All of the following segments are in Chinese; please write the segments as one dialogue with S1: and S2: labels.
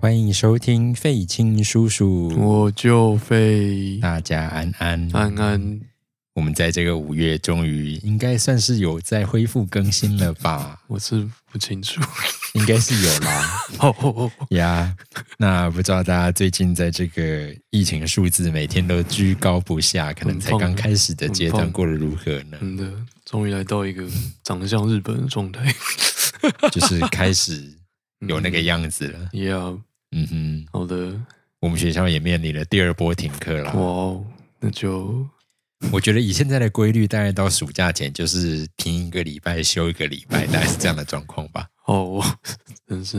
S1: 欢迎收听费青叔叔，
S2: 我啊就非
S1: 大家安安。
S2: 安安，？
S1: 我们在这个五月终于应该算是有在恢复更新了吧
S2: 我是不 清楚。
S1: 应该是有啦
S2: 哦，
S1: 呀。那不知道大家最近在这个疫情数字每天都居高不下，可能才
S2: 很痛
S1: 刚开始的阶
S2: 很
S1: 段
S2: 痛
S1: 过得如何 呢？
S2: 真的，嗯终于来到一个长得像日本的状 态。嗯
S1: 就是开始有那个样子了。
S2: Yeah，
S1: 嗯哼，
S2: 好的，
S1: 我们学校也面临了第二波停课啦
S2: 哇。哦，那就
S1: 我觉得以现在的规律，大概到暑假前就是停一个礼拜，休一个礼拜，大概是这样的状况吧。
S2: 哦，真是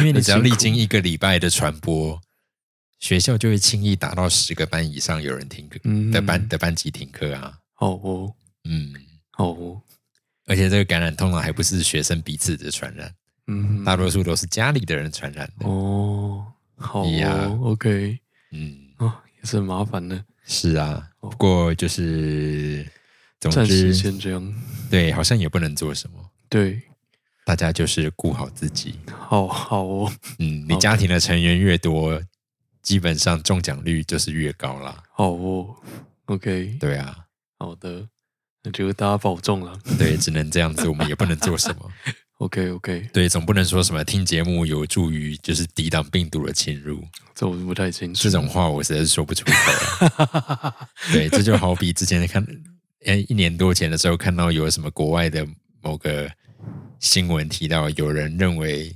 S1: 因为你只要
S2: 很辛
S1: 历
S2: 苦
S1: 经一个礼拜的传播，学校就会轻易达到十个班以上有人停课、
S2: 嗯
S1: 的班的班级停课啊。
S2: 好哦，
S1: 嗯，
S2: 好哦，
S1: 而且这个感染通常还不是学生彼此的传染，
S2: 嗯
S1: 大多数都是家里的人传染的。
S2: 哦，好哦
S1: Yeah
S2: ，OK，
S1: 嗯，
S2: 啊，也是很麻烦的，
S1: 是啊。
S2: 哦
S1: 不过就是，总
S2: 暂时
S1: 之，
S2: 先这样。
S1: 对，好像也不能做什么。
S2: 对，
S1: 大家就是顾好自己。
S2: 好好哦，
S1: 嗯，你
S2: OK
S1: 家庭的成员越多，基本上中奖率就是越高啦。
S2: 好哦，OK，
S1: 对啊，
S2: 好的，那就大家保重了。
S1: 对，只能这样子，我们也不能做什 么。
S2: OK，OK，
S1: 对，总不能说什么听节目有助于就是抵挡病毒的侵入，
S2: 这我不太清楚。
S1: 这种话我实在是说不出口啊。 对，这就好比之前看，哎，一年多前的时候看到有什么国外的某个新闻提到，有人认为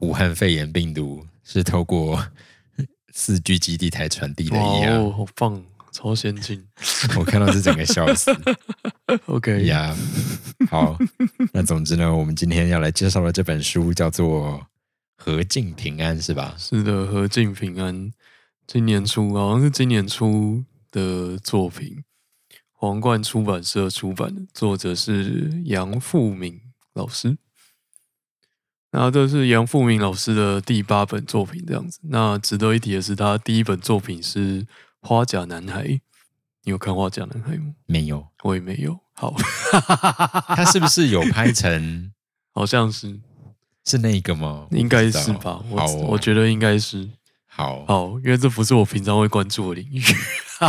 S1: 武汉肺炎病毒是透过四 G 基地台传递的
S2: 哇
S1: 一样，
S2: 哦，好棒，超先进。
S1: 我看到是整个笑死。
S2: OK，
S1: 呀、 好，那总之呢，我们今天要来介绍的这本书叫做《何敬平安》，是吧？
S2: 是的，何敬平安，今年出好像是今年出的作品，皇冠出版社出版的，作者是杨富敏老师。那这是杨富敏老师的第八本作品，这样子。那值得一提的是，他第一本作品是《花甲男孩》，你有看《花甲男孩》吗？
S1: 没有，
S2: 我也没有。好，
S1: 他是不是有拍成
S2: 好像是，
S1: 是那一个吗？
S2: 应该
S1: 不知道
S2: 是吧？我、
S1: 好哦、
S2: 我觉得应该是。
S1: 好，
S2: 好，因为这不是我平常会关注的领域。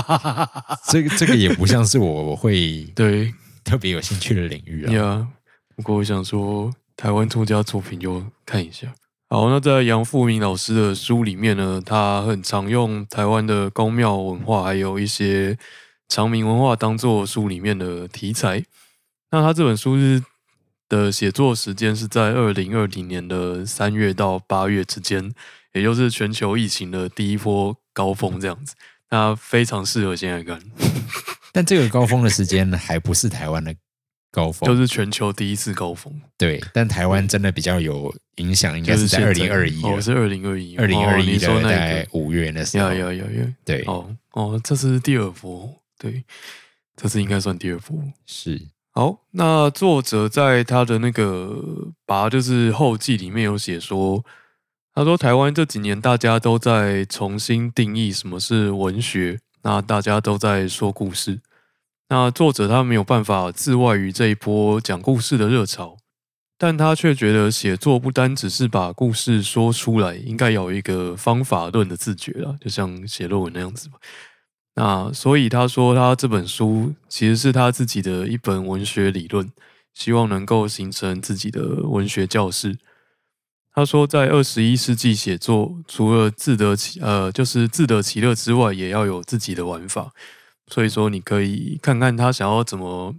S1: 这个这个也不像是我我会
S2: 对
S1: 特别有兴趣的领域啊。
S2: 呀，不过我想说，台湾作家作品就看一下。好，那在杨富明老师的书里面呢，他很常用台湾的宫庙文化，还有一些长明文化当做书里面的题材。那他这本书是的写作时间是在二零二零年的三月到八月之间，也就是全球疫情的第一波高峰这样子。那非常适合现在看，
S1: 但这个高峰的时间还不是台湾的高峰，
S2: 就是全球第一次高峰。
S1: 对。但台湾真的比较有影响，应该
S2: 就是
S1: 在二
S2: 现
S1: 零二一啊
S2: 哦，是二零二一，
S1: 二零
S2: 哦
S1: 二一
S2: 你
S1: 的
S2: 说
S1: 大
S2: 那个
S1: 概，五月那时候
S2: 呀，呀呀呀，
S1: 对，
S2: 哦哦，这是第二波，对，这次应该算第二波。
S1: 是
S2: 好，那作者在他的那个拔就是后记里面有写说，他说台湾这几年大家都在重新定义什么是文学，那大家都在说故事，那作者他没有办法自外于这一波讲故事的热潮，但他却觉得写作不单只是把故事说出来，应该有一个方法论的自觉啦，就像写论文那样子嘛。那所以他说，他这本书其实是他自己的一本文学理论，希望能够形成自己的文学教室。他说，在二十一世纪写作，除了自得其呃，就是自得其乐之外，也要有自己的玩法。所以说，你可以看看他想要怎么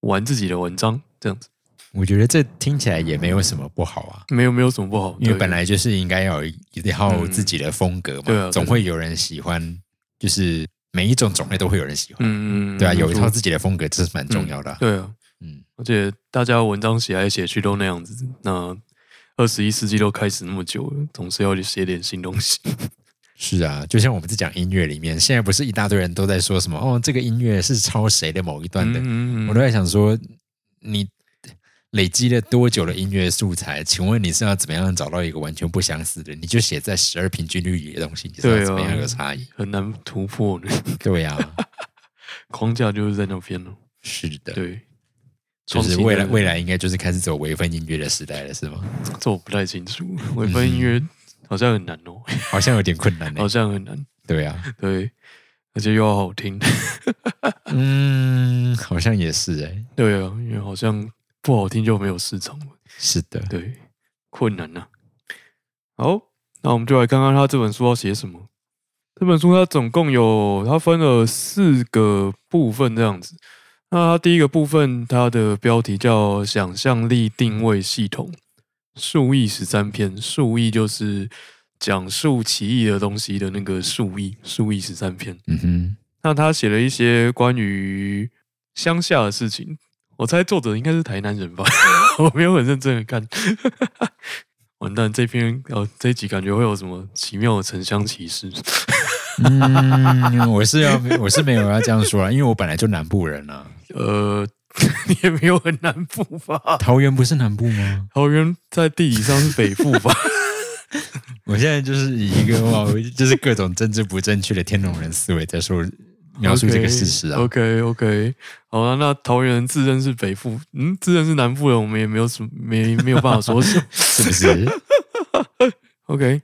S2: 玩自己的文章，这样子
S1: 我觉得这听起来也没有什么不好啊，
S2: 没有没有什么不好，
S1: 因为
S2: 对嗯
S1: 本来就是应该要有一套自己的风格嘛，
S2: 对啊对啊
S1: 总会有人喜欢，就是每一种种类都会有人喜欢，
S2: 嗯嗯嗯
S1: 对啊，有一套
S2: 嗯
S1: 自己的风格，这是蛮重要的啊、
S2: 对啊，
S1: 嗯，
S2: 而且大家文章写来写去都那样子，那二十一世纪都开始那么久了，总是要写点新东西。
S1: 是啊，就像我们在讲音乐里面，现在不是一大堆人都在说什么哦，这个音乐是抄谁的某一段的，
S2: 嗯
S1: 我都在想说，你累积了多久的音乐素材？请问你是要怎么样找到一个完全不相似的？你就写在十二平均律里的东西，你是要
S2: 对啊
S1: 怎么样有差异？
S2: 很难突破呢，
S1: 对呀、啊，
S2: 框架就是在那边了。
S1: 是的。
S2: 对，
S1: 就是
S2: 创新的
S1: 未来 未来应该就是开始走微分音乐的时代了，是吗？嗯
S2: 这我不太清楚，微分音乐好像很难哦，
S1: 好像有点困难呢、欸
S2: 好像很难，
S1: 对 啊，
S2: 对，而且又要好听，
S1: 嗯，好像也是哎、
S2: 对啊，因为好像不好听就没有市场了，
S1: 是的，
S2: 对，困难啊呐、好，那我们就来看看他这本书要写什么。这本书它总共有，它分了四个部分这样子。那它第一个部分，它的标题叫“想象力定位系统”，数亿十三篇，数亿就是讲述奇异的东西的那个数亿，数亿十三篇。
S1: 嗯哼，
S2: 那他写了一些关于乡下的事情，我猜作者应该是台南人吧，
S1: 啊
S2: 我没有很认真的看。完蛋，这篇哦这一集感觉会有什么奇妙的城乡歧视？
S1: 嗯，我是要 我是没有要这样说啊，因为我本来就南部人啊，
S2: 呃， 你也没有很南部吧？
S1: 桃园不是南部吗？
S2: 桃园在地理上是北部吧？
S1: 我现在就是以一个哇，我就是各种政治不正确的天龙人思维在说描述这个事实啊。
S2: OK OK，好了，那桃园自认是北部，嗯，自认是南部人，我们也没有什么没没有办法说什么。
S1: 是不是？
S2: OK，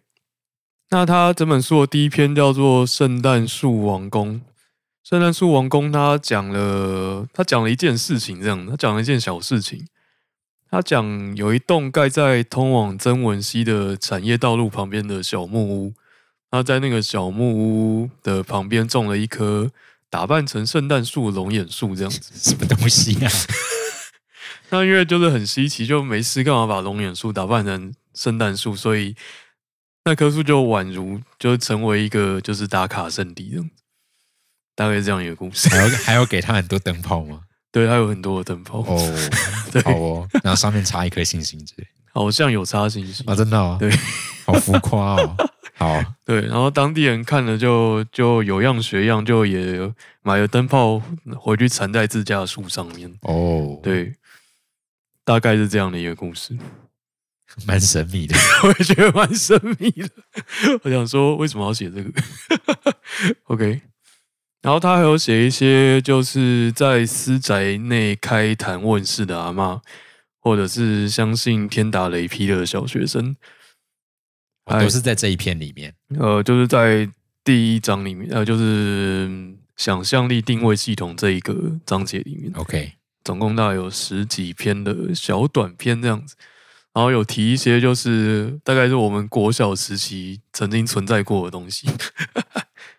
S2: 那他整本书的第一篇叫做《圣诞树王宫》。圣诞树王宫，他讲了，他讲了一件事情，这样，他讲了一件小事情。他讲有一栋盖在通往曾文溪的产业道路旁边的小木屋，他在那个小木屋的旁边种了一棵打扮成圣诞树的龙眼树，这样子。
S1: 什么东西 啊？
S2: 那因为就是很稀奇，就没事干嘛把龙眼树打扮成圣诞树，所以那棵树就宛如就成为一个就是打卡圣地这样子，大概是这样一个故事。
S1: 还要还要给他很多灯泡吗？
S2: 对，它有很多的灯泡，
S1: 哦，
S2: 对，
S1: 好 哦，然后上面插一颗星星之类
S2: 好像有插星星。
S1: 啊，真的哦，
S2: 对，
S1: 好浮夸哦，好，
S2: 对，然后当地人看了就就有样学样，就也买了灯泡回去缠在自家的树上面。
S1: 哦，，
S2: 对，大概是这样的一个故事。
S1: 蛮神秘的，
S2: 我也觉得蛮神秘的。我想说，为什么要写这个？OK，然后他还有写一些就是在私宅内开坛问世的阿嬷，或者是相信天打雷劈的小学生。哎
S1: 哦都是在这一片里面。
S2: 呃，就是在第一章里面，呃，就是嗯想象力定位系统这一个章节里面。
S1: OK，
S2: 总共大概有十几篇的小短篇这样子，然后有提一些就是大概是我们国小时期曾经存在过的 东西。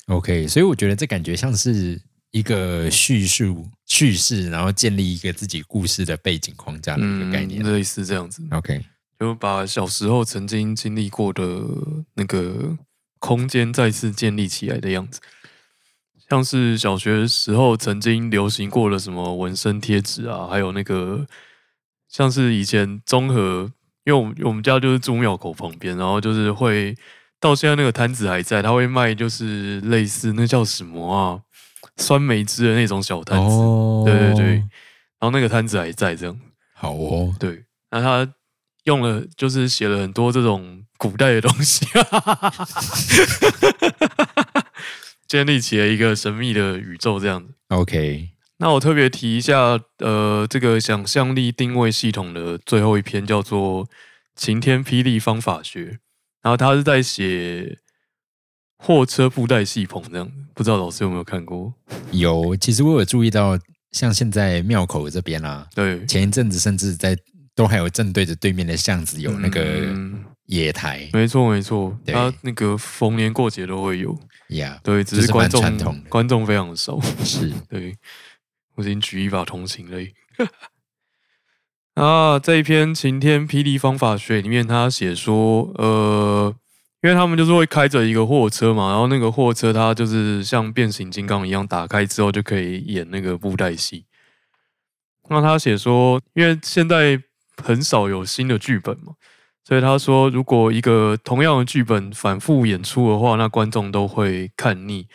S1: OK，所以我觉得这感觉像是一个叙述叙事，然后建立一个自己故事的背景框架的一个概念。
S2: 嗯类似这样子，
S1: OK，
S2: 就把小时候曾经经历过的那个空间再次建立起来的样子，像是小学时候曾经流行过的什么纹身贴纸啊，还有那个像是以前综合，因为我们我们家就是住庙口旁边，然后就是会到现在那个摊子还在，他会卖就是类似那叫什么啊酸梅汁的那种小摊子，
S1: 哦
S2: 对对对，然后那个摊子还在这样。
S1: 好哦，
S2: 对，那他用了就是写了很多这种古代的东西， 建立起了一个神秘的宇宙这样子。
S1: OK，
S2: 那我特别提一下，呃，这个想象力定位系统的最后一篇叫做《晴天霹雳方法学》，然后他是在写货车布袋戏棚这样子，不知道老师有没有看过？
S1: 有，其实我有注意到，像现在庙口这边啦、啊
S2: 对，
S1: 前一阵子甚至在都还有正对着对面的巷子有那个
S2: 嗯
S1: 野台
S2: 没错没错，
S1: 对
S2: 他那个逢年过节都会有。
S1: 呀
S2: 对，只
S1: 就是是
S2: 观
S1: 蛮
S2: 众
S1: 传统的
S2: 观众非常少。
S1: ，yeah, 是
S2: 对，我已经举一把同情泪。 啊，这一篇《晴天霹雳方法学》里面，他写说，呃，因为他们就是会开着一个货车嘛，然后那个货车它就是像变形金刚一样，打开之后就可以演那个布袋戏。那他写说，因为现在很少有新的剧本嘛，所以他说，如果一个同样的剧本反复演出的话，那观众都会看腻。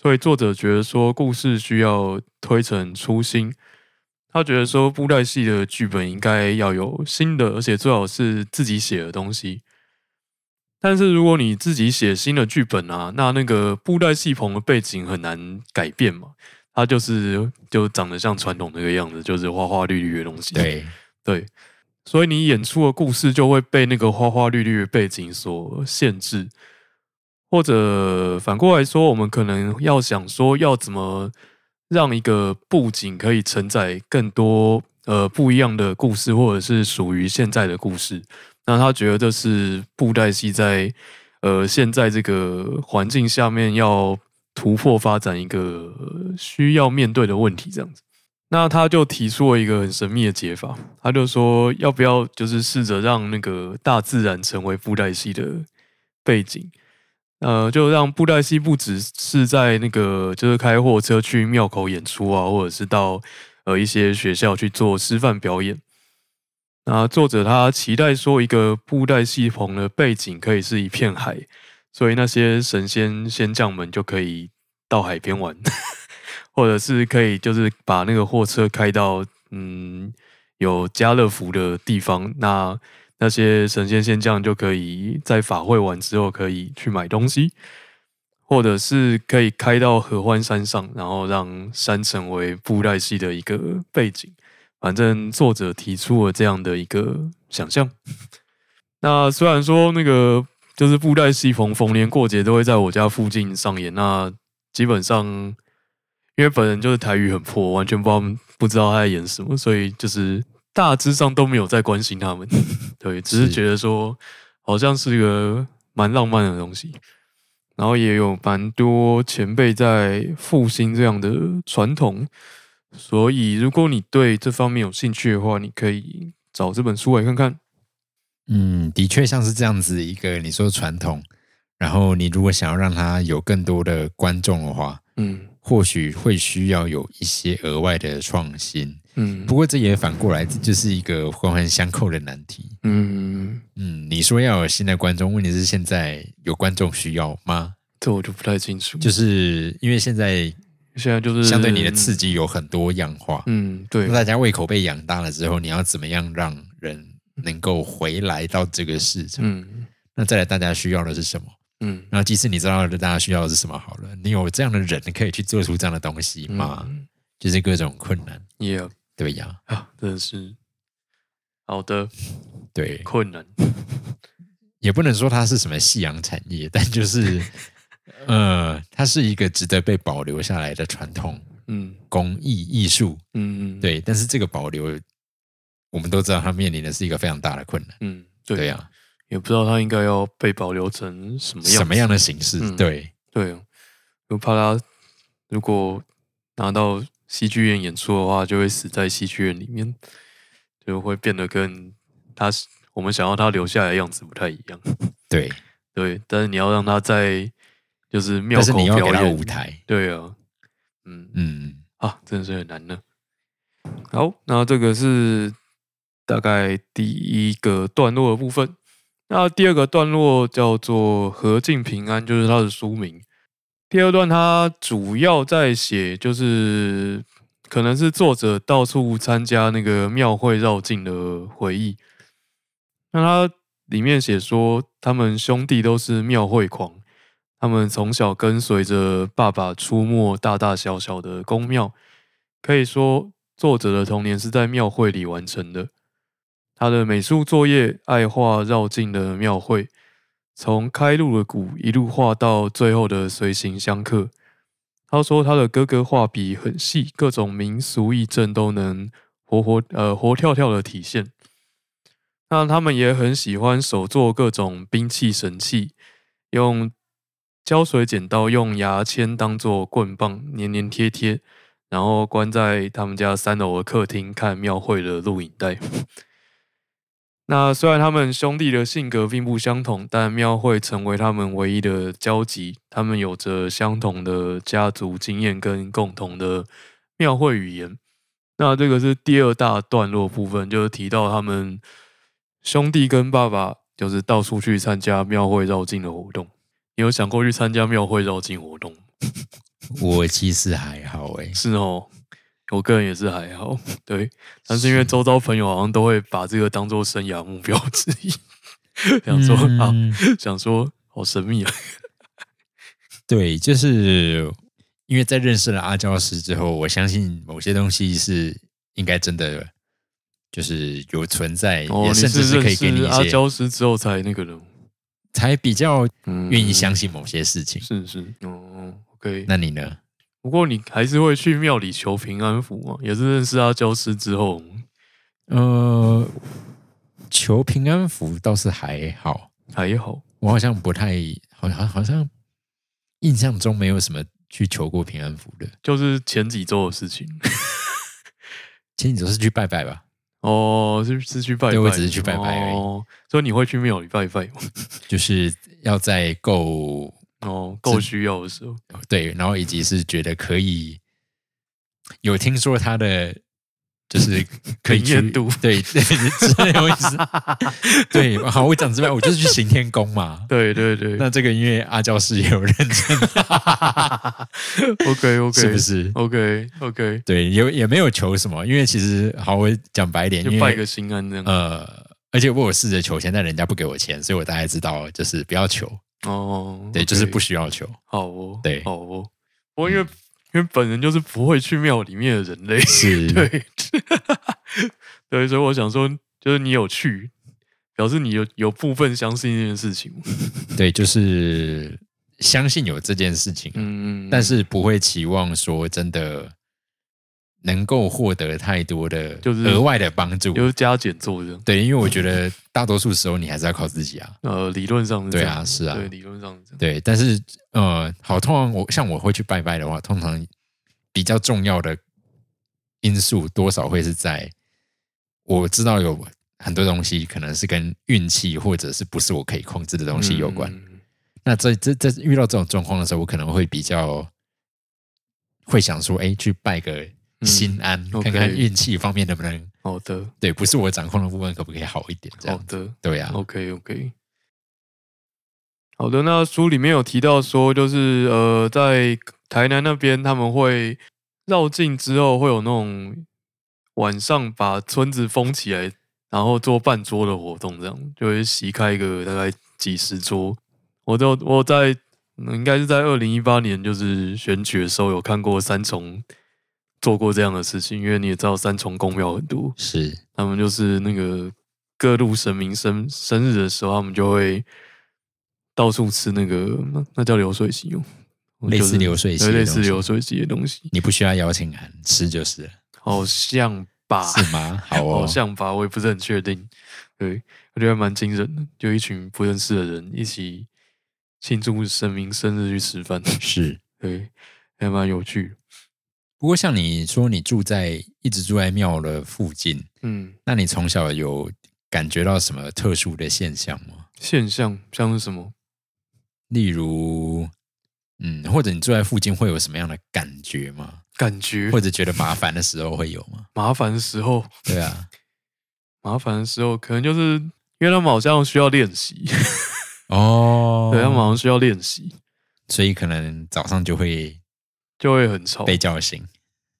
S2: 所以作者觉得说，故事需要推陈出新。他觉得说，布袋戏的剧本应该要有新的，而且最好是自己写的东西。但是如果你自己写新的剧本啊，那那个布袋戏棚的背景很难改变嘛，它就是就长得像传统那个样子，就是花花绿绿的东西。
S1: 对，
S2: 对，所以你演出的故事就会被那个花花绿绿的背景所限制，或者反过来说，我们可能要想说要怎么让一个布景可以承载更多呃不一样的故事，或者是属于现在的故事。那他觉得这是布袋戏在呃现在这个环境下面要突破发展一个呃需要面对的问题，这样子。那他就提出了一个很神秘的解法，他就说要不要就是试着让那个大自然成为布袋戏的背景，呃，就让布袋戏不只是在那个就是开货车去庙口演出啊，或者是到呃一些学校去做示范表演，那作者他期待说，一个布袋戏棚的背景可以是一片海，所以那些神仙仙将们就可以到海边玩，或者是可以就是把那个货车开到嗯有家乐福的地方，那那些神仙仙将就可以在法会完之后可以去买东西，或者是可以开到合欢山上，然后让山成为布袋戏的一个背景。反正作者提出了这样的一个想象。 那虽然说那个就是布袋戏逢逢年过节都会在我家附近上演，那基本上因为本人就是台语很破，完全不知道不知道他在演什么，所以就是大致上都没有在关心 他们，对，只是
S1: 是
S2: 觉得说好像是个蛮浪漫的东西。然后也有蛮多前辈在复兴这样的传统，所以如果你对这方面有兴趣的话，你可以找这本书来看看。
S1: 嗯，的确像是这样子一个你说传统，然后你如果想要让它有更多的观众的话，
S2: 嗯
S1: 或许会需要有一些额外的创新。
S2: 嗯
S1: 不过这也反过来，这就是一个环环相扣的难题。
S2: 嗯，
S1: 嗯，你说要有新的观众，问题是现在有观众需要吗？
S2: 这我就不太清楚。
S1: 就是因为现在
S2: 现在就是
S1: 相对你的刺，激有很多样化，
S2: 嗯，对
S1: 那，大家胃口被养大了之后，你要怎么样让人能够回来到这个市场？
S2: 嗯
S1: 那再来，大家需要的是什么？
S2: 嗯
S1: 然后即使你知道了大家需要的是什么好了，你有这样的人可以去做出这样的东西吗？
S2: 嗯
S1: 就是各种困难，
S2: ，Yeah
S1: 对呀，
S2: 啊，真的是好的
S1: 对，
S2: 困难。
S1: 也不能说它是什么夕阳产业，但就是 呃，它是一个值得被保留下来的传统
S2: 嗯
S1: 工艺艺术，
S2: 嗯嗯，，
S1: 对。但是这个保留，我们都知道它面临的是一个非常大的困难，
S2: 嗯
S1: 对啊
S2: 对
S1: 呀、，
S2: 也不知道它应该要被保留成什么样子
S1: 什么样的形式？
S2: 嗯
S1: 对，
S2: 对，我怕他如果拿到戏剧院演出的话，就会死在戏剧院里面，就会变得跟他我们想要他留下来的样子不太一样。
S1: 对，
S2: 对，但是你要让他在就是庙
S1: 但是
S2: 口
S1: 你要
S2: 表
S1: 给他
S2: 演
S1: 舞，台，
S2: 对啊，嗯
S1: 嗯，
S2: 啊，真的是很难呢。好，那这个是大概第一个段落的部分。那第二个段落叫做“和敬平安”，就是它的书名。第二段它主要在写，就是可能是作者到处参加那个庙会绕境的回忆。那它里面写说，他们兄弟都是庙会狂，他们从小跟随着爸爸出没大大小小的宫庙，可以说作者的童年是在庙会里完成的。他的美术作业爱画绕境的庙会，从开路的鼓一路画到最后的随行相客。他说他的哥哥画笔很细，各种民俗意症都能活活呃活跳跳的体现。那他们也很喜欢手做各种兵器神器，用胶水剪刀用牙签当做棍棒，黏黏贴贴，然后关在他们家三楼的客厅看庙会的录影带。 那虽然他们兄弟的性格并不相同，但庙会成为他们唯一的交集。他们有着相同的家族经验跟共同的庙会语言。那这个是第二大段落部分，就是提到他们兄弟跟爸爸就是到处去参加庙会绕境的活动。你有想过去参加庙会绕境活动吗？
S1: 我其实还好哎诶、
S2: 是哦，我个人也是还好，对，但是因为周遭朋友好像都会把这个当做生涯目标之一，想说、啊，
S1: 嗯
S2: 想说好神秘啊，
S1: 对，就是因为在认识了阿教师之后，我相信某些东西是应该真的就是有存在，
S2: 哦，
S1: 也
S2: 你
S1: 甚至
S2: 是
S1: 可以给你
S2: 认识
S1: 一
S2: 阿
S1: 些，
S2: 娇师之后才那个人，
S1: 才比较
S2: 嗯
S1: 愿意相信某些事情。
S2: 是是哦，OK。
S1: 那你呢？
S2: 不过你还是会去庙里求平安符嘛，也是认识阿娇师之后，
S1: 呃，求平安符倒是还好，
S2: 还好，
S1: 我好像不太，好像好像印象中没有什么去求过平安符的。
S2: 就是前几周的事情。
S1: 前几周是去拜拜吧，
S2: 哦，是是去拜拜，
S1: 对我只是去拜拜而已
S2: 哦，所以你会去庙里拜拜吗？
S1: 就是要在够
S2: 哦，够需要的 时候。
S1: 对，然后以及是觉得可以有听说他的就是可以
S2: 灵验
S1: 去
S2: 度
S1: 对对，之类的意思。对，好，我讲之外，我就是去行天宫嘛。
S2: 对对对
S1: 那这个因为阿教师也有认证，
S2: ，OK OK，
S1: 是不是？
S2: ？OK OK，
S1: 对，也也没有求什么，因为其实好，我讲白一点，
S2: 就
S1: 因
S2: 拜个
S1: 为
S2: 心安这样。
S1: 呃，而且我有试着求签，但人家不给我钱，所以我大概知道就是不要求，
S2: 哦，
S1: 对，就是不
S2: OK，
S1: 需要求。
S2: 好哦，
S1: 对嗯
S2: 好哦。不过因为因为本人就是不会去庙里面的人类，
S1: 是，
S2: 对对，所以我想说，就是你有去，表示你有有部分相信这件事情。
S1: 对，就是相信有这件事情，啊
S2: 嗯，
S1: 但是不会期望说真的能够获得太多的
S2: 就是
S1: 额外的帮助。
S2: 就是加减做这样。
S1: 对，因为我觉得大多数时候你还是要靠自己啊。
S2: 呃，理论上是
S1: 对
S2: 这
S1: 啊，
S2: 样，
S1: 是啊，
S2: 对，理论上是这样。
S1: 对，但是呃，好，通常我像我会去拜拜的话，通常比较重要的因素多少会是在我知道有很多东西可能是跟运气或者是不是我可以控制的东西有关。
S2: 嗯
S1: 那这这这遇到这种状况的时候，我可能会比较会想说，哎，去拜个心安，
S2: 嗯 OK
S1: 看看运气方面能不能
S2: 好的，
S1: 对，不是我掌控的部分可不可以好一点？这
S2: 好
S1: 样
S2: 的。
S1: 对呀、啊，
S2: OK OK，好的。那书里面有提到说，就是呃，在台南那边他们会绕境之后会有那种晚上把村子封起来，然后做半桌的活动，这样就会席开个大概几十桌。我都我在嗯应该是在二零一八年就是选举的时候有看过三重做过这样的事情，因为你也知道三重公庙很多，
S1: 是
S2: 他们就是那个各路神明生生日的时候，他们就会到处吃那个那那叫流水席哦，
S1: 类似流水席
S2: 对
S1: 的
S2: 类似
S1: 东西
S2: 流水席的东西，
S1: 你不需要邀请函，吃就是了，
S2: 好像吧，
S1: 是吗？好哦，
S2: 好像吧，我也不是很确定。对，我觉得还蛮惊人的，就一群不认识的人一起庆祝神明生日去吃饭，
S1: 是。
S2: 对，还蛮有趣。
S1: 不过像你说，你住在一直住在庙的附近，
S2: 嗯，
S1: 那你从小有感觉到什么特殊的现象吗？
S2: 现象像是什么？
S1: 例如，嗯，或者你住在附近会有什么样的感觉吗？
S2: 感 觉
S1: 或者觉得麻烦的时候会有 吗？
S2: 麻烦的时候，
S1: 对啊，
S2: 麻烦的时候，可能就是因为他们好像需要练习，
S1: 哦
S2: 对他们好像需要练习，
S1: 所以可能早上就会
S2: 就会很吵。
S1: 被叫醒。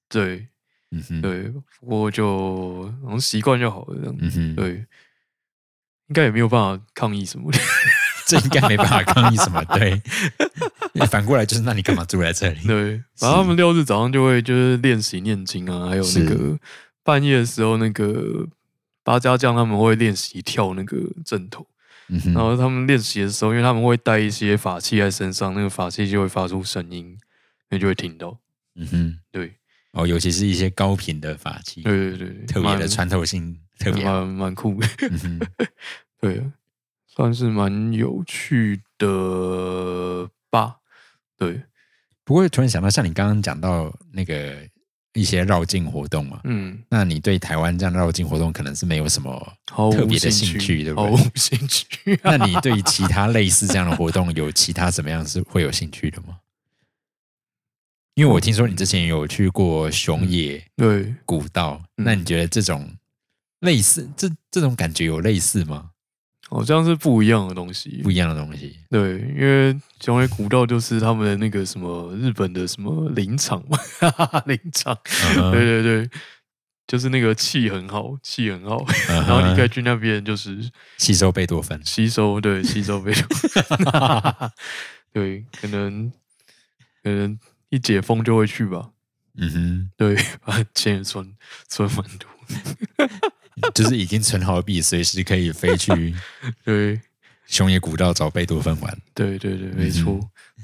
S2: 对
S1: 嗯哼，，
S2: 哦对，不过就好像习惯就好了，这样、
S1: 嗯哼，
S2: 对，应该也没有办法抗议什么的。
S1: 这应该没办法抗议什么。对，反过来就是，那你干嘛住在这里？
S2: 对，然后他们六日早上就会就是练习念经啊，还有那个半夜的时候那个。八家将他们会练习跳那个阵头，
S1: 嗯哼
S2: 然后他们练习的时候，因为他们会带一些法器在身上，那个法器就会发出声音，你就会听到。
S1: 嗯哼，
S2: 对，
S1: 哦，尤其是一些高频的法器，
S2: 对对对对，
S1: 特别的
S2: 蛮
S1: 穿透性特别好。
S2: 蛮蛮酷的，
S1: 嗯哼，
S2: 对，算是蛮有趣的吧。对，
S1: 不过突然想到，像你刚刚讲到那个一些绕境活动嘛，
S2: 嗯，
S1: 那你对台湾这样的绕境活动可能是没有什么
S2: 毫
S1: 特
S2: 无
S1: 别的
S2: 兴
S1: 兴趣，对不
S2: 毫
S1: 对
S2: 无？兴趣、 啊。
S1: 那你对其他类似这样的活动有其他怎么样是会有兴趣的吗？因为我听说你之前有去过熊野
S2: 对，
S1: 古道，
S2: 嗯
S1: 那你觉得这种类似这这种感觉有类似吗？
S2: 好像是不一样的东西
S1: 不。一样的东西
S2: 对，因为雄伟古道就是他们的那个什么日本的什么林场嘛， 林场。
S1: 嗯
S2: 对
S1: 哼
S2: 对对，就是那个气很好，气很好，
S1: 嗯
S2: 然后你
S1: 哼
S2: 可以去那边就是
S1: 吸收贝多芬，
S2: 吸收，对，吸收被， 对，可能可能一解封就会去吧。
S1: 嗯
S2: 对，把钱也存存蛮多。
S1: 哼，就是已经存好币，随时可以飞 去
S2: 对
S1: 熊野古道找贝多芬玩。
S2: 对对对，没错，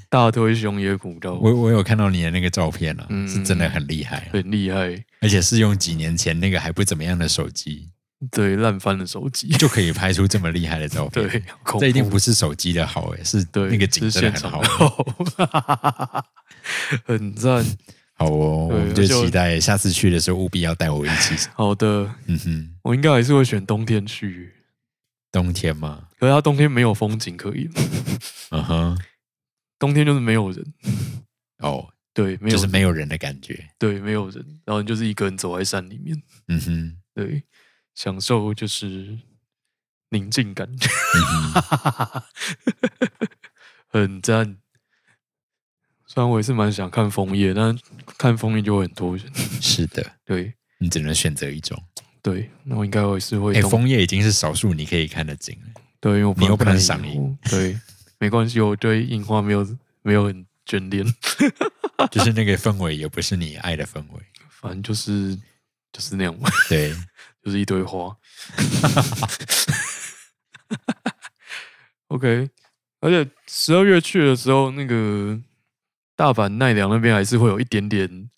S2: 大推熊野古道
S1: 嗯我我有看到你的那个照片了、啊，
S2: 嗯
S1: 是真的很厉害啊、
S2: 很厉害，
S1: 而且是用几年前那个还不怎么样的手机
S2: 对，烂翻了手机，
S1: 就可以拍出这么厉害的照片。
S2: 对，好恐怖
S1: 这一定不是手机的好诶、是
S2: 对
S1: 那个景
S2: 是
S1: 真的
S2: 现
S1: 很
S2: 场
S1: 好欸。
S2: 的好， 很赞。
S1: 好哦，
S2: 对
S1: 我们就
S2: 而且我
S1: 期待下次去的时候务必要带我一起。
S2: 好的，
S1: 嗯哼，
S2: 我应该还是会选冬天去，
S1: 冬天嘛，
S2: 可是它冬天没有风景可以，
S1: 嗯哼，
S2: 冬天就是没有人，
S1: 哦，
S2: 对，没有
S1: 就是
S2: 人，
S1: 没有人的感觉。
S2: 对，没有人，然后你就是一个人走在山里面，
S1: 嗯哼，
S2: 对，享受就是宁静感，
S1: 嗯 哼
S2: 很赞。虽然我也是蛮想看枫叶，但看枫叶就会很多人，
S1: 是的，
S2: 对
S1: 你只能选择一种。
S2: 对，那我应该我也是会
S1: 哎，
S2: 冬
S1: 枫叶已经是少数你可以看的景 了。
S2: 对，因为我
S1: 你又不
S2: 看
S1: 能
S2: 樱
S1: 赏樱
S2: 花，对，没关系，我对樱花没有没有很眷恋，
S1: 就是那个氛围也不是你爱的氛围。
S2: 反正就是就是那样嘛，
S1: 对，
S2: 就是一堆花。OK，而且十二月去的时候，那个大阪奈良那边还是会有一点点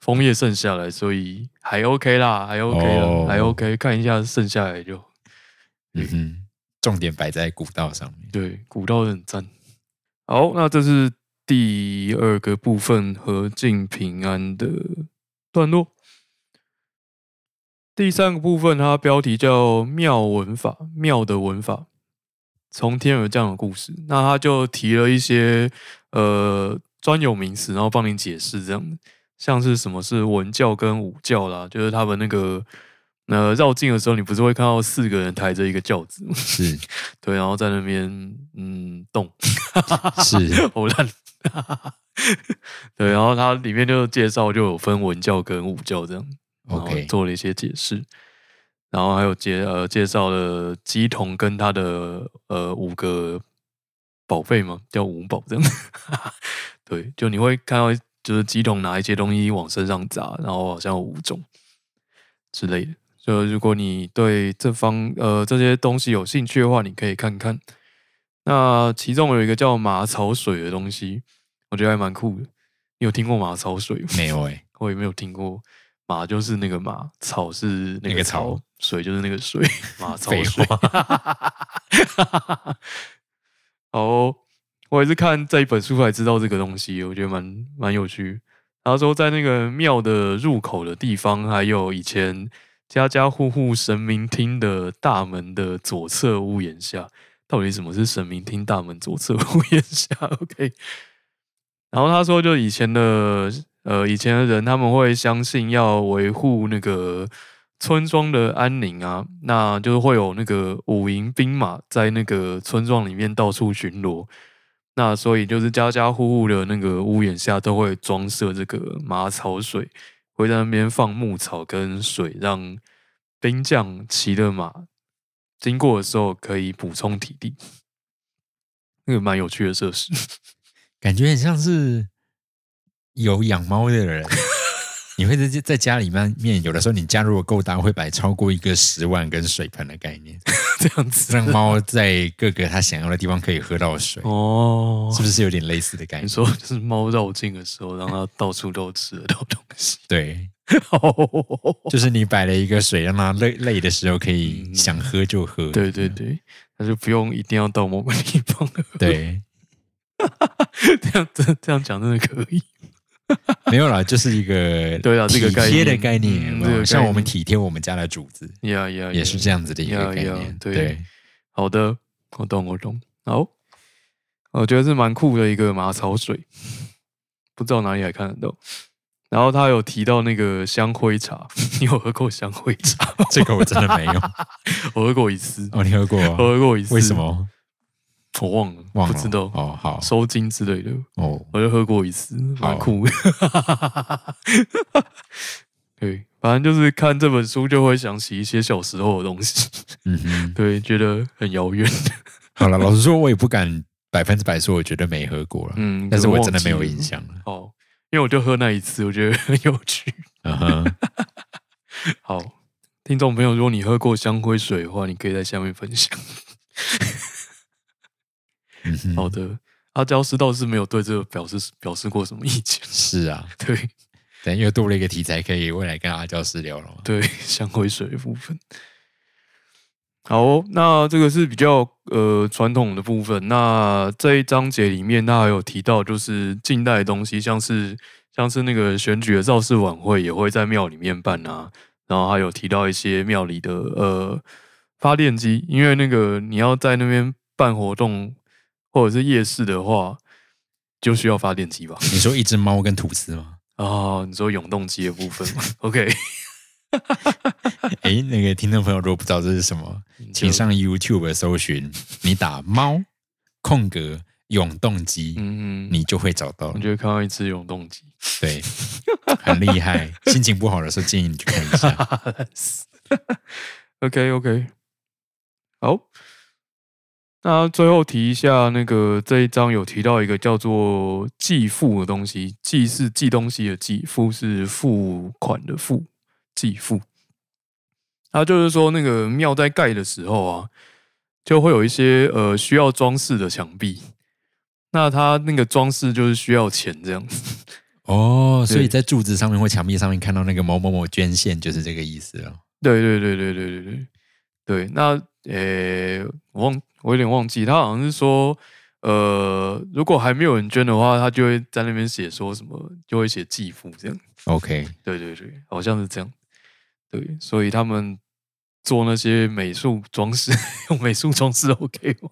S2: 枫叶剩下来，所以还 OK 啦，还 OK 啦，
S1: 哦
S2: 还 OK，看一下剩下来就
S1: 嗯哼，重点摆在古道上面。
S2: 对，古道很赞。好，那这是第二个部分和敬平安的段落。第三个部分，它标题叫“妙文法”，妙的文法，从天而降的故事。那他就提了一些呃专有名词，然后帮你解释这样，像是什么是文教跟武教啦，就是他们那个呃绕境的时候，你不是会看到四个人抬着一个轿子吗？
S1: 是
S2: 对，然后在那边嗯动，
S1: 是，
S2: 好烂。对，然后它里面就介绍就有分文教跟武教这样，然后
S1: OK
S2: 做了一些解释，然后还有介呃介绍了鸡童跟他的呃五个宝贝嘛，叫五宝这样。 对，就你会看到就是鸡童拿一些东西往身上砸，然后好像有五种之类的。就如果你对这方呃这些东西有兴趣的话，你可以看看。那其中有一个叫马草水的东西，我觉得还蛮酷的。你有听过马草水吗？
S1: 没有哎，
S2: 我也没有听过。马就是那个马，草是
S1: 那
S2: 那个
S1: 个
S2: 草
S1: 草，
S2: 水就是那个水，马草
S1: 废
S2: 水。哦，我也是看这一本书才知道这个东西，我觉得蛮蛮有趣。他说，在那个庙的入口的地方，还有以前家家户户神明厅的大门的左侧屋檐下，到底什么是神明厅大门左侧屋檐下 ？OK。然后他说，就以前的呃，以前的人他们会相信要维护那个村庄的安宁啊，那就是会有那个五营兵马在那个村庄里面到处巡逻。那所以就是家家户户的那个屋檐下都会装设这个马草水，会在那边放牧草跟水，让兵将骑的马经过的时候可以补充体力。 那个蛮有趣的设施，
S1: 感觉很像是有养猫的 人。你会在家在家里面面，有的时候你家如果够大，会摆超过一个十万跟水盆的概念，
S2: 这样子
S1: 让 猫在各个它想要的地方可以喝到水，
S2: 哦
S1: 是不是有点类似的概
S2: 你
S1: 念？
S2: 说就是猫绕境的时候，让它到处都吃得到东西。 哦
S1: 对，就是你摆了一个水，让它累累的时候可以
S2: 嗯
S1: 想喝就喝。
S2: 对对对，那就不用一定要到某个地方了。
S1: 对，
S2: 这样这这样讲真的可以。
S1: 没有啦，就是一个
S2: 对啊啦这个概
S1: 体贴的
S2: 念
S1: 概念，
S2: 嗯
S1: 有没
S2: 这个
S1: 有
S2: 概
S1: 像我们
S2: 念
S1: 体贴我们家的主子，
S2: 呀呀，
S1: 也是这样子的一个概
S2: 呀呀
S1: 念。
S2: 对
S1: 对，
S2: 好的，我懂我懂。好，我觉得是蛮酷的一个马草水，不知道哪里还看得到。然后他有提到那个香灰茶， 你有喝过香灰茶 吗？
S1: 这个我真的没有。
S2: 我喝过一次，
S1: 哦，你喝过
S2: 我
S1: 啊？
S2: 喝过一次。
S1: 为什？么？
S2: 我忘了，
S1: 忘了。
S2: 不知道。
S1: 哦，好
S2: 收金之类的，
S1: 哦，
S2: 我就喝过一次，蛮
S1: 好
S2: 酷的。 对，反正就是看这本书就会想起一些小时候的东西，
S1: 嗯哼。
S2: 对，觉得很遥远。
S1: 好了，老实说，我也不敢百分之百说我绝对没喝过了，
S2: 嗯，
S1: 但是
S2: 可
S1: 我
S2: 忘
S1: 真的没有
S2: 记
S1: 印
S2: 了。
S1: 象了。
S2: 哦，
S1: 嗯
S2: 因为我就喝那一次，我觉得很有趣。
S1: 嗯哼，
S2: 好，听众朋友，如果你喝过香灰水的话，你可以在下面分享。
S1: 嗯哼
S2: 好的，阿娇师倒是没有对这个表示表示过什么意见。
S1: 是啊，
S2: 对
S1: 等于又多了一个题材，可以未来跟阿教师聊了嘛？
S2: 对， 香灰水的部分。好哦、那这个是比较呃传统的部分。那这一章节里面，那还有提到就是近代的东西，像是像是那个选举的造势晚会也会在庙里面办啊，然后还有提到一些庙里的呃发电机，因为那个你要在那边办活动或者是夜市的话，就需要发电机吧。
S1: 你说一只猫跟吐司 吗？
S2: 啊，你说永动机的部分吗，OK，
S1: 诶，那个听众朋友如果不知道这是什么，请上 YouTube 搜寻，你打猫空格永动机，
S2: 嗯，
S1: 你就会找到
S2: 我
S1: 了。
S2: 就会看到一只永动机，
S1: 对，很厉害。心情不好的时候建议你去看一下。
S2: OK OK，好，那最后提一下，那个这一章有提到一个叫做“寄付”的东西，“寄”是寄东西的“寄”，“付”是付款的“付”，寄付。它就是说，那个庙在盖的时候啊，就会有一些呃需要装饰的墙壁，那它那个装饰就是需要钱这样子。
S1: 哦，
S2: 对
S1: 所以在柱子上面或墙壁上面看到那个某某某捐献，就是这个意思了。
S2: 对对对对对对对对，那呃、我忘我有点忘记，他好像是说，呃，如果还没有人捐的话，他就会在那边写说什么，就会写继父这样。
S1: OK，
S2: 对对对，好像是这样。对，所以他们做那些美术装饰， 用美术装饰 OK 吗？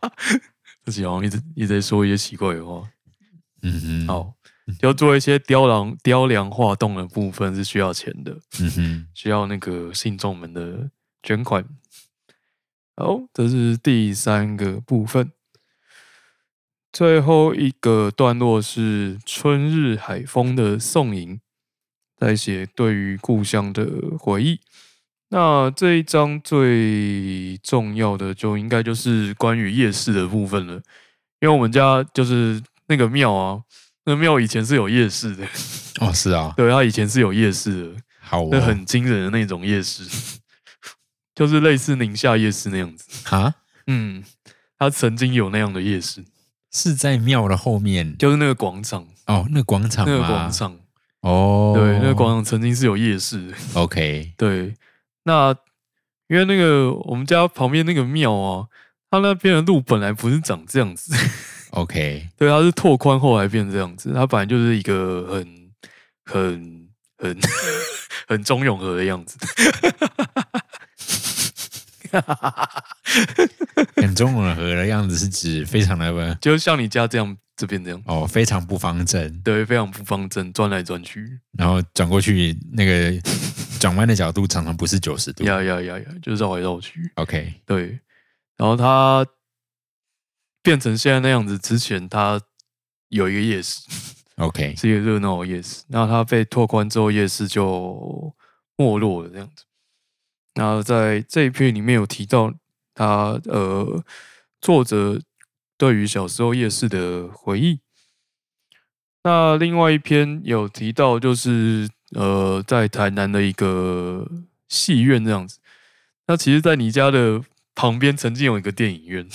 S2: 自己好像一直一直在说一些奇怪的话。
S1: 嗯哼，，
S2: 好，要做一些雕梁雕梁画栋的部分是需要钱的。
S1: 嗯哼，
S2: 需要那个信众们的捐款。好，这是第三个部分。最后一个段落是春日海风的送迎，在写对于故乡的回忆。那这一章最重要的就应该就是关于夜市的部分了，因为我们家就是那个庙啊，那个庙以前是有夜市的，
S1: 哦，是啊、
S2: 对，它以前是有夜市的，
S1: 好哦，
S2: 那很惊人的那种夜市， 就是类似宁夏夜市那样子。
S1: 啊，
S2: 嗯，它曾经有那样的夜市，
S1: 是在庙的后面
S2: 就是那个广场，
S1: 哦，那广场
S2: 那
S1: 吗，
S2: 个广场，
S1: 哦，
S2: 对，那个广场曾经是有夜市的。
S1: OK，
S2: 对，那因为那个我们家旁边那个庙啊，它那边的路本来不是长这样子，
S1: OK，
S2: 对，它是拓宽后来变这样子，它本来就是一个很很很很中永和的样子。
S1: 很中融合的样子是指非常的
S2: 就像你家这样，这边这样，
S1: 哦，非常不方正，
S2: 对，非常不方正，转来转去，
S1: 然后转过去那个转弯的角度常常不是九十度。
S2: 呀呀呀呀，就是绕来绕去。
S1: OK，
S2: 对，然后它变成现在那样子之前，它有一个夜市，
S1: OK，
S2: 是一个热闹的夜市。那它被拓宽之后，夜市就没落了这样子。那在这一篇里面有提到他呃作者对于小时候夜市的回忆。那另外一篇有提到就是呃在台南的一个戏院这样子。那其实，在你家的旁边曾经有一个电影院，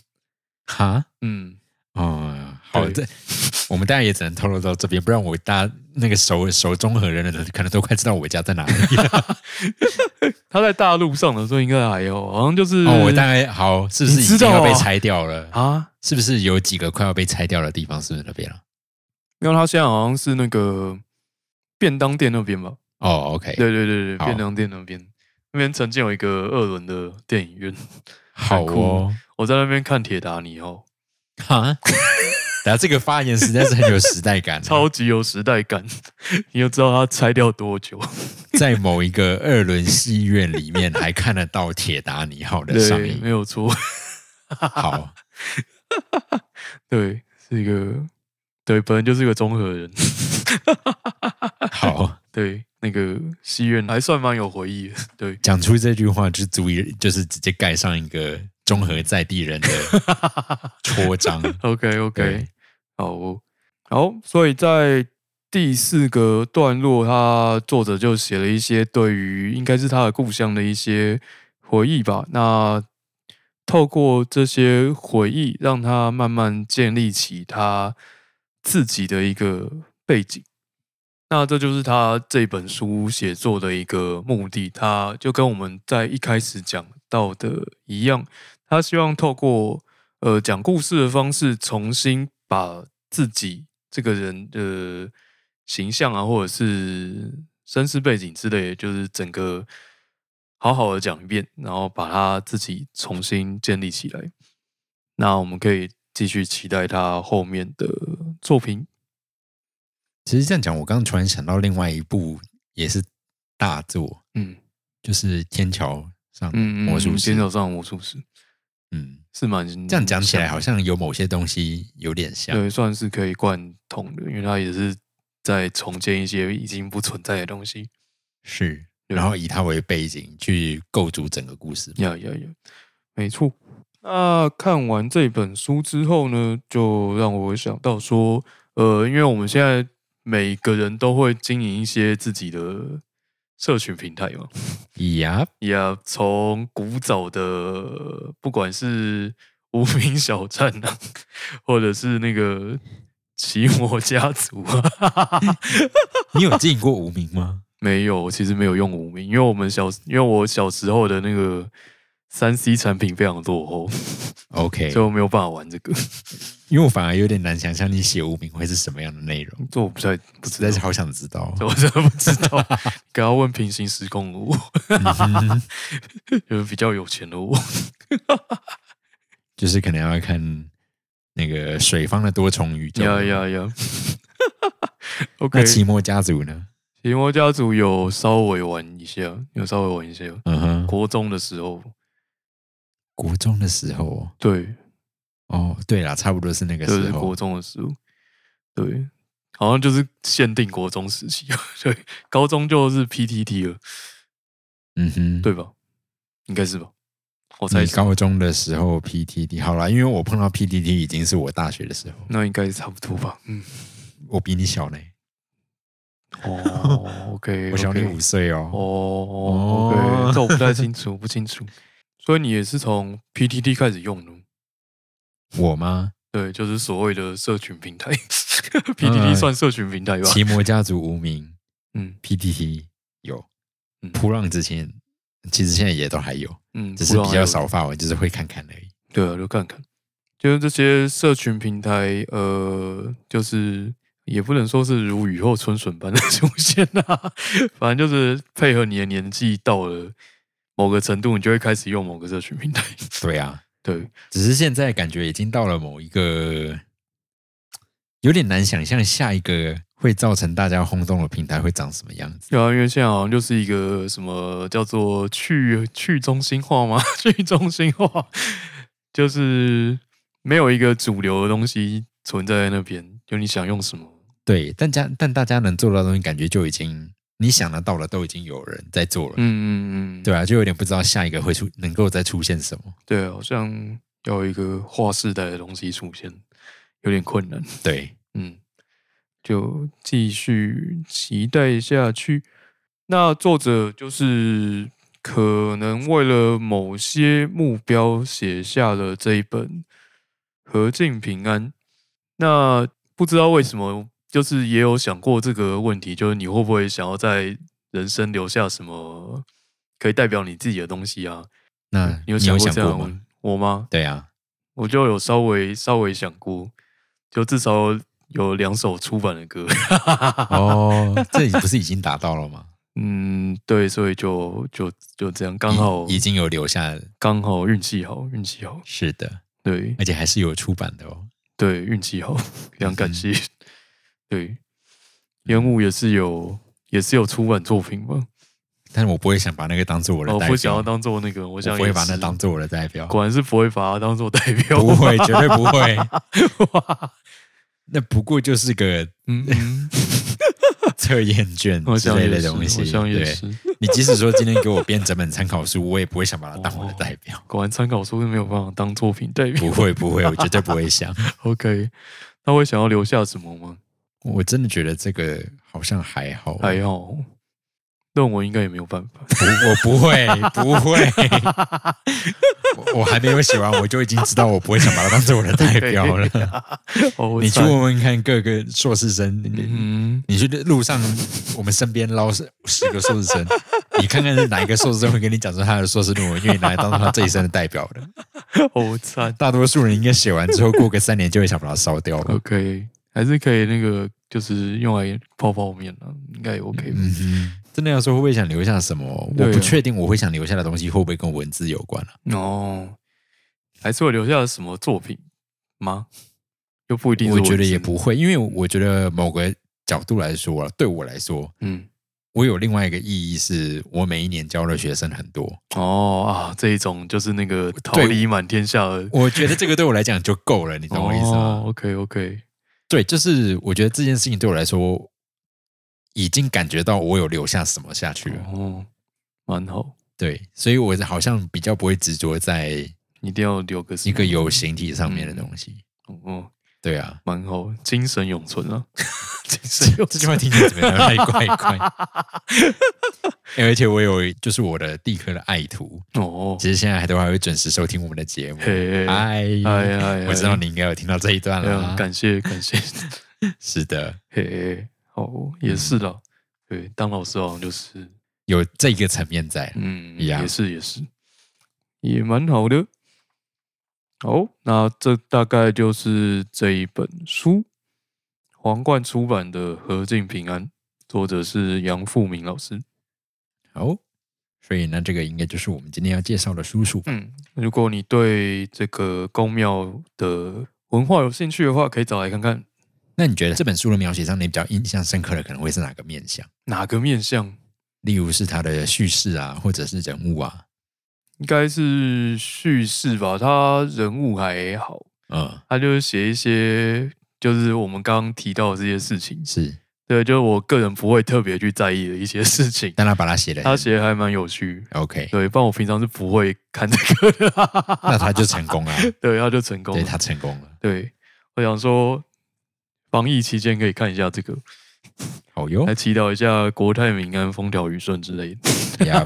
S1: 哈，
S2: 嗯，
S1: 哦，好，
S2: 对
S1: 这我们大家也只能透露到这边，不然我大家那个熟熟中和人的人可能都快知道我家在 哪里了。
S2: 它在大陆上的时候应该还有，好像就是
S1: 哦，我大概好，是不是
S2: 你
S1: 已
S2: 知
S1: 经
S2: 道
S1: 要被
S2: 哦
S1: 拆掉了？
S2: 啊，
S1: 是不是有几个快要被拆掉的地方？是不是那边啊了？
S2: 因为他现在好像是那个便当店那边吧？
S1: 哦，OK，
S2: 对对对对，
S1: 好
S2: 便当店那边，那边曾经有一个二轮的电影院，
S1: 好
S2: 很酷
S1: 哦，
S2: 我在那边看《铁达尼号》，
S1: 嗯哈，等下这个发言实在是很有时代感啊，
S2: 超级有时代感， 你就知道它拆掉 多久。
S1: 在某一个二轮戏院里面还看得到《铁达尼号》的上
S2: 对，
S1: 映
S2: 没。有错，
S1: 好，
S2: 对，是一个，对，本来就是一个综合人，
S1: 好，
S2: 对，那个戏院还算蛮有回忆的，对，
S1: 讲出这句话就足以，就是直接盖上一个中和在地人的戳章。
S2: OK OK，
S1: 对
S2: 好哦，好，所以在第四个段落，他作者就写了一些对于应该是他的故乡的一些回忆吧。那透过这些回忆，让他慢慢建立起他自己的一个背景。那这就是他这本书写作的一个目的，他就跟我们在一开始讲到的一样，他希望透过呃讲故事的方式，重新把自己这个人的形象啊，或者是身世背景之类的，就是整个好好的讲一遍，然后把他自己重新建立起来。那我们可以继续期待他后面的作品。
S1: 其实这样讲，我刚刚突然想到另外一部也是大作，
S2: 嗯
S1: 就是《天桥上的
S2: 嗯，
S1: 魔术师
S2: 肩》。手上的魔术师
S1: 嗯，
S2: 是蛮
S1: 这样讲起来
S2: 像
S1: 好像有某些东西有点像。
S2: 对，算是可以贯通的，因为它也是在重建一些已经不存在的东西。
S1: 是，
S2: 对
S1: 然后以它为背景去构筑整个故事。
S2: 呀呀呀，没错。那看完这本书之后呢，就让我想到说，呃，因为我们现在每个人都会经营一些自己的社群平台嘛，
S1: 呀，
S2: 也从古早的不管是无名小站啊，或者是那个奇摩家族啊，
S1: 你有进过无名 吗？
S2: 没有，我其实没有用无名，因为我们小，因为我小时候的那个三 C 产品非常落后，
S1: OK，
S2: 所以我没有办法玩这个。
S1: 因为我反而有点难想象你写无名会是什么样的内容，
S2: 这我不太不
S1: 实
S2: 知
S1: 在是
S2: 道，
S1: 好想知道。
S2: 这我真的不知道。刚要问平行时空的我，
S1: 嗯哼
S2: 就是比 较有钱的我。
S1: 就是可能要看那个水方的多重宇宙。
S2: 呀呀呀 ！OK，
S1: 那奇摩家族呢？
S2: 奇摩家族有稍微玩一下，有稍微玩一下。
S1: 嗯哼，
S2: 国中的时候，
S1: 国中的时候哦
S2: 对，
S1: 哦，对啦，差不多是那个
S2: 就
S1: 时
S2: 是国
S1: 候。
S2: 中的时候，对，好像就是限定国中时期， 对，高中就是 PTT 了，
S1: 嗯哼，
S2: 对吧？应该是吧？我猜
S1: 你
S2: 是，
S1: 高中的时候 PTT 好啦，因为我碰到 PTT 已经是我大学的时候，
S2: 那应该差不多吧？嗯，
S1: 我比你小呢，
S2: 哦 ，OK，
S1: 我小你
S2: OK
S1: 五岁哦。
S2: 哦
S1: 哦
S2: ，OK，这我不太清楚，不清楚。所以你也是从 PTT 开始用的，
S1: 我吗？
S2: 对，就是所谓的社群平台 ，PTT
S1: 嗯
S2: 算社群平台吧？
S1: 奇摩家族无名
S2: 嗯
S1: PTT 有
S2: 嗯，
S1: 扑浪之前其实现在也都还有，
S2: 嗯，
S1: 只是
S2: 不然
S1: 比
S2: 还有
S1: 较少发文，就是会看看而已。
S2: 对啊，就看看，就是这些社群平台，呃，就是也不能说是如雨后春笋般的 出现啊，反正就是配合你的年纪到了某个程度，你就会开始用某个社群平台。
S1: 对啊，
S2: 对，
S1: 只是现在感觉已经到了某一个有点难想象下一个会造成大家轰动的平台会长什么样子。
S2: 对啊，因为现在好像就是一个什么叫做去去中心化吗？ 去中心化就是没有一个主流的东西存在在那边，就你想用什么。
S1: 对，但家但大家能做到的东西，感觉就已经你想得到的都已经有人在做了。
S2: 嗯嗯嗯，
S1: 对啊，就有点不知道下一个会出能够再出现什么。
S2: 对，啊好像要有一个划时代的东西出现，有点困难。
S1: 对，
S2: 嗯，就继续期待下去。那作者就是可能为了某些目标写下了这一本《和敬平安》。那不知道为什么，就是也有想过这个问题，就是你会不会想要在人生留下什么可以代表你自己的东西啊？
S1: 那
S2: 你有
S1: 想
S2: 想过这样的
S1: 过
S2: 问
S1: 吗？
S2: 我吗？
S1: 对啊，
S2: 我就有稍微稍微想过，就至少有两首出版的歌。
S1: 哦，这里不是已经达到了吗？
S2: 嗯，对，所以就就就这样，刚好
S1: 已已经有留下，
S2: 刚好运气好，运气好，
S1: 是的，
S2: 对
S1: 而且还是有出版的哦。
S2: 对，运气好，非常感
S1: 嗯
S2: 谢。 对，烟雾也是有也是有出版作品嘛，
S1: 但是我不会想把那个当做我的
S2: 我
S1: 代
S2: 哦不想
S1: 表，
S2: 要当做那个，我
S1: 我
S2: 想
S1: 不
S2: 也
S1: 会把那
S2: 是
S1: 当做我的代表，
S2: 果然是不会把它当做代表，
S1: 不会，绝对不会。
S2: 哇，
S1: 那不过就是个
S2: 嗯嗯，
S1: 测验卷
S2: 我
S1: 之
S2: 想
S1: 类
S2: 也
S1: 的
S2: 是，
S1: 东西。
S2: 我想也
S1: 对，
S2: 是。
S1: 你即使说今天给我编整本参考书，我也不会想把它当我的代 表。
S2: 果然参考书是没有办法当作品代表
S1: 不。会，不会，我绝对不会想。
S2: OK，那会想要留下什么吗？
S1: 我真的觉得这个好像还好，
S2: 还好，论文应该也没有办法。
S1: 不，我不会，不 会，我我还没有写完，我就已经知道我不会想把它当做我的代表 了。
S2: 哦，
S1: 你去
S2: 惨
S1: 问问看各个硕士生，你
S2: 嗯，
S1: 你去路上，我们身边捞十十个硕士 生，你看看是哪一个硕士生会跟你讲说他的硕士论文愿意拿来当做他这一生的代表的？嗯
S2: 好惨。
S1: 大多数人应该写完之后，过个三年就会想把它烧掉了。
S2: OK，还是可以那个，就是用来泡泡面啊，应该也 OK 吧。
S1: 嗯哼，真的要说会不会想留下什么？我
S2: 对
S1: 不
S2: 啊
S1: 确定我会想留下的东西会不会跟文字有关啊？
S2: 哦，还是会留下什么作品吗？又不一定是
S1: 我
S2: 文字。
S1: 觉得也不会，因为我觉得某个角度来说啊，对我来说，
S2: 嗯。
S1: 我有另外一个意义是，我每一年教的学生很多，
S2: 哦啊，这一种就是那个桃
S1: 对
S2: 李满天下的，哦
S1: 我觉得这个对我来讲就够了，你懂我意思啊吗？
S2: ？OK OK，
S1: 对，就是我觉得这件事情对我来说，已经感觉到我有留下什么下去了。
S2: 哦，蛮好，
S1: 对，所以我好像比较不会执着在
S2: 一定要留个什
S1: 一
S2: 么
S1: 个有形体上面的东西。
S2: 哦，
S1: 对啊，
S2: 蛮好，精神永存啊，精神 永
S1: 这句话
S2: 存。
S1: 听起来怎 么样？太怪怪。哎而且我有就是我的地科的爱徒，
S2: 哦，
S1: 其实现在还都还会准时收听我们的节目。
S2: 嘿，
S1: 哎
S2: 哎哎
S1: 我知道你应该有听到这一段
S2: 哎呀
S1: 了。啊
S2: 感谢感谢，
S1: 是的，
S2: 嘿，哦，也是
S1: 嗯
S2: 啦，对，当老师好像就是，
S1: 有这个层面在。
S2: 嗯，
S1: 一样
S2: 也是也是，也蛮好的。好，那这大概就是这一本书，皇冠出版的《和敬平安》，作者是杨富明老师。
S1: 好，所以呢，这个应该就是我们今天要介绍的叔叔吧。
S2: 嗯，如果你对这个宫庙的文化有兴趣的话，可以找来看看
S1: 那你觉得这本书的描写上，你比较印象深刻的可能会是哪个面相？
S2: 哪个面相，
S1: 例如是它的叙事啊，或者是人物啊？
S2: 应该是叙事吧。他人物还好，
S1: 嗯，
S2: 他就是写一些就是我们刚刚提到的这些事情，
S1: 是，
S2: 对，就是我个人不会特别去在意的一些事 情。
S1: 但他把它写的，
S2: 他写的还蛮有趣，
S1: OK，
S2: 对，不然我平常是不会看这个 的。
S1: 那他就成 功了，
S2: 对，他就成功
S1: 对
S2: 了。
S1: 他成功了。
S2: 对，我想说，防疫期间可以看一下这个。
S1: 哦好哟
S2: 来，祈祷一下国泰民安、风调雨顺之类的。
S1: 呀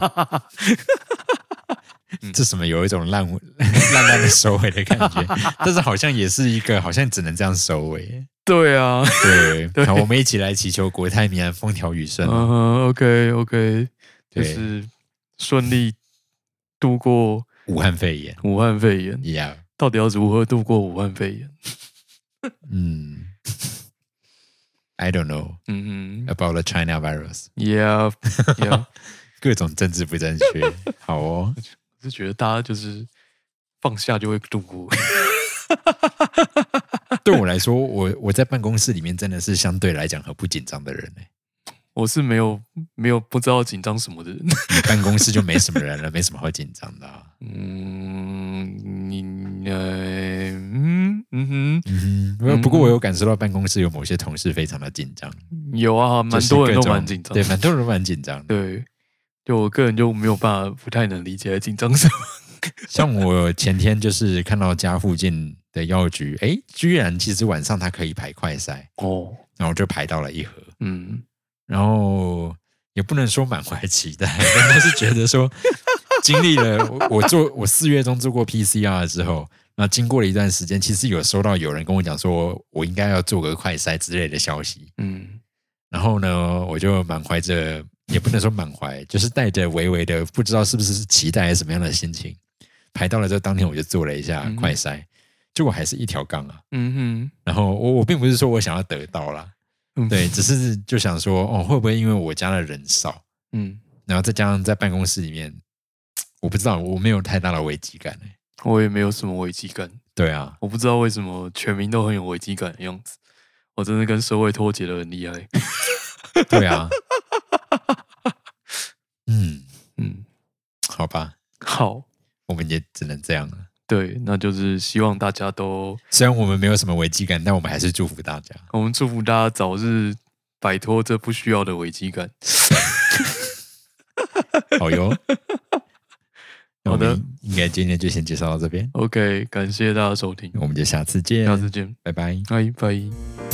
S2: 嗯
S1: 这什么有一种烂 烂烂的收尾的感觉，但是好像也是一个，好像只能这样收尾。
S2: 对啊，
S1: 对，好，我们一起来祈求国泰民安、风调雨顺。
S2: 嗯哼，OK OK，就
S1: 对
S2: 是顺利度过
S1: 武汉肺炎
S2: 武汉肺炎。
S1: 一样，
S2: 到底要如何度过武汉肺炎？
S1: 嗯，I don't know
S2: 嗯哼
S1: about the China virus，
S2: ，Yeah Yeah，
S1: 各种政治不正 确。好哦，
S2: 我是觉得大家就是放下就会度过。
S1: 对我来说，我我在办公室里面真的是相对来讲很不紧张的人、欸、
S2: 我是没有没有不知道紧张什么的人。
S1: 你办公室就没什么人 了，没什么好紧张的啊、
S2: 嗯，你呃，嗯嗯
S1: 嗯哼，不过我有感受到办公室有某些同事非常的紧张，
S2: 哼，有啊，蛮
S1: 就是
S2: 多人
S1: 各
S2: 都
S1: 种
S2: 蛮紧张的
S1: 对，。蛮多人都蛮紧张的。
S2: 对，就我个人就没有办法，不太能理解紧张什么。
S1: 像我前天就是看到家附近的药局，哎，居然其实晚上它可以排快筛，
S2: 哦，
S1: 然后我就排到了一盒，
S2: 嗯，
S1: 然后也不能说满怀期待，但是觉得说经历了我我做我四月中做过 PCR 之后，那经过了一段时间，其实有收到有人跟我讲说我应该要做个快筛之类的消息，
S2: 嗯，
S1: 然后呢，我就满怀着，也不能说满怀，就是带着微微的不知道是不是是期待还是什么样的心情，排到了之后，当天我就做了一下
S2: 嗯哼
S1: 快筛，结果还是一条杠啊。
S2: 嗯
S1: 然后我我并不是说我想要得到啦，
S2: 哼，
S1: 对，，只是就想说，哦，会不会因为我家的人少，
S2: 嗯，
S1: 然后再加上在办公室里面，我不知道，我没有太大的危机感、欸、
S2: 我也没有什么危机感，
S1: 对啊，
S2: 我不知道为什么全民都很有危机感的样子。我真的跟社会脱节的很厉害。
S1: 对啊， 嗯，
S2: 嗯，
S1: 好吧，
S2: 好，
S1: 我们也只能这样了。
S2: 对，那就是希望大家都，
S1: 虽然我们没有什么危机感，但我们还是祝福大家。
S2: 我们祝福大家早日摆脱这不需要的危机感。
S1: 好哟。那我们
S2: 好的
S1: 应该今天就先介绍到这边，
S2: OK，感谢大家收听，
S1: 我们就下次见，
S2: 下次见，
S1: 拜拜。
S2: 拜拜。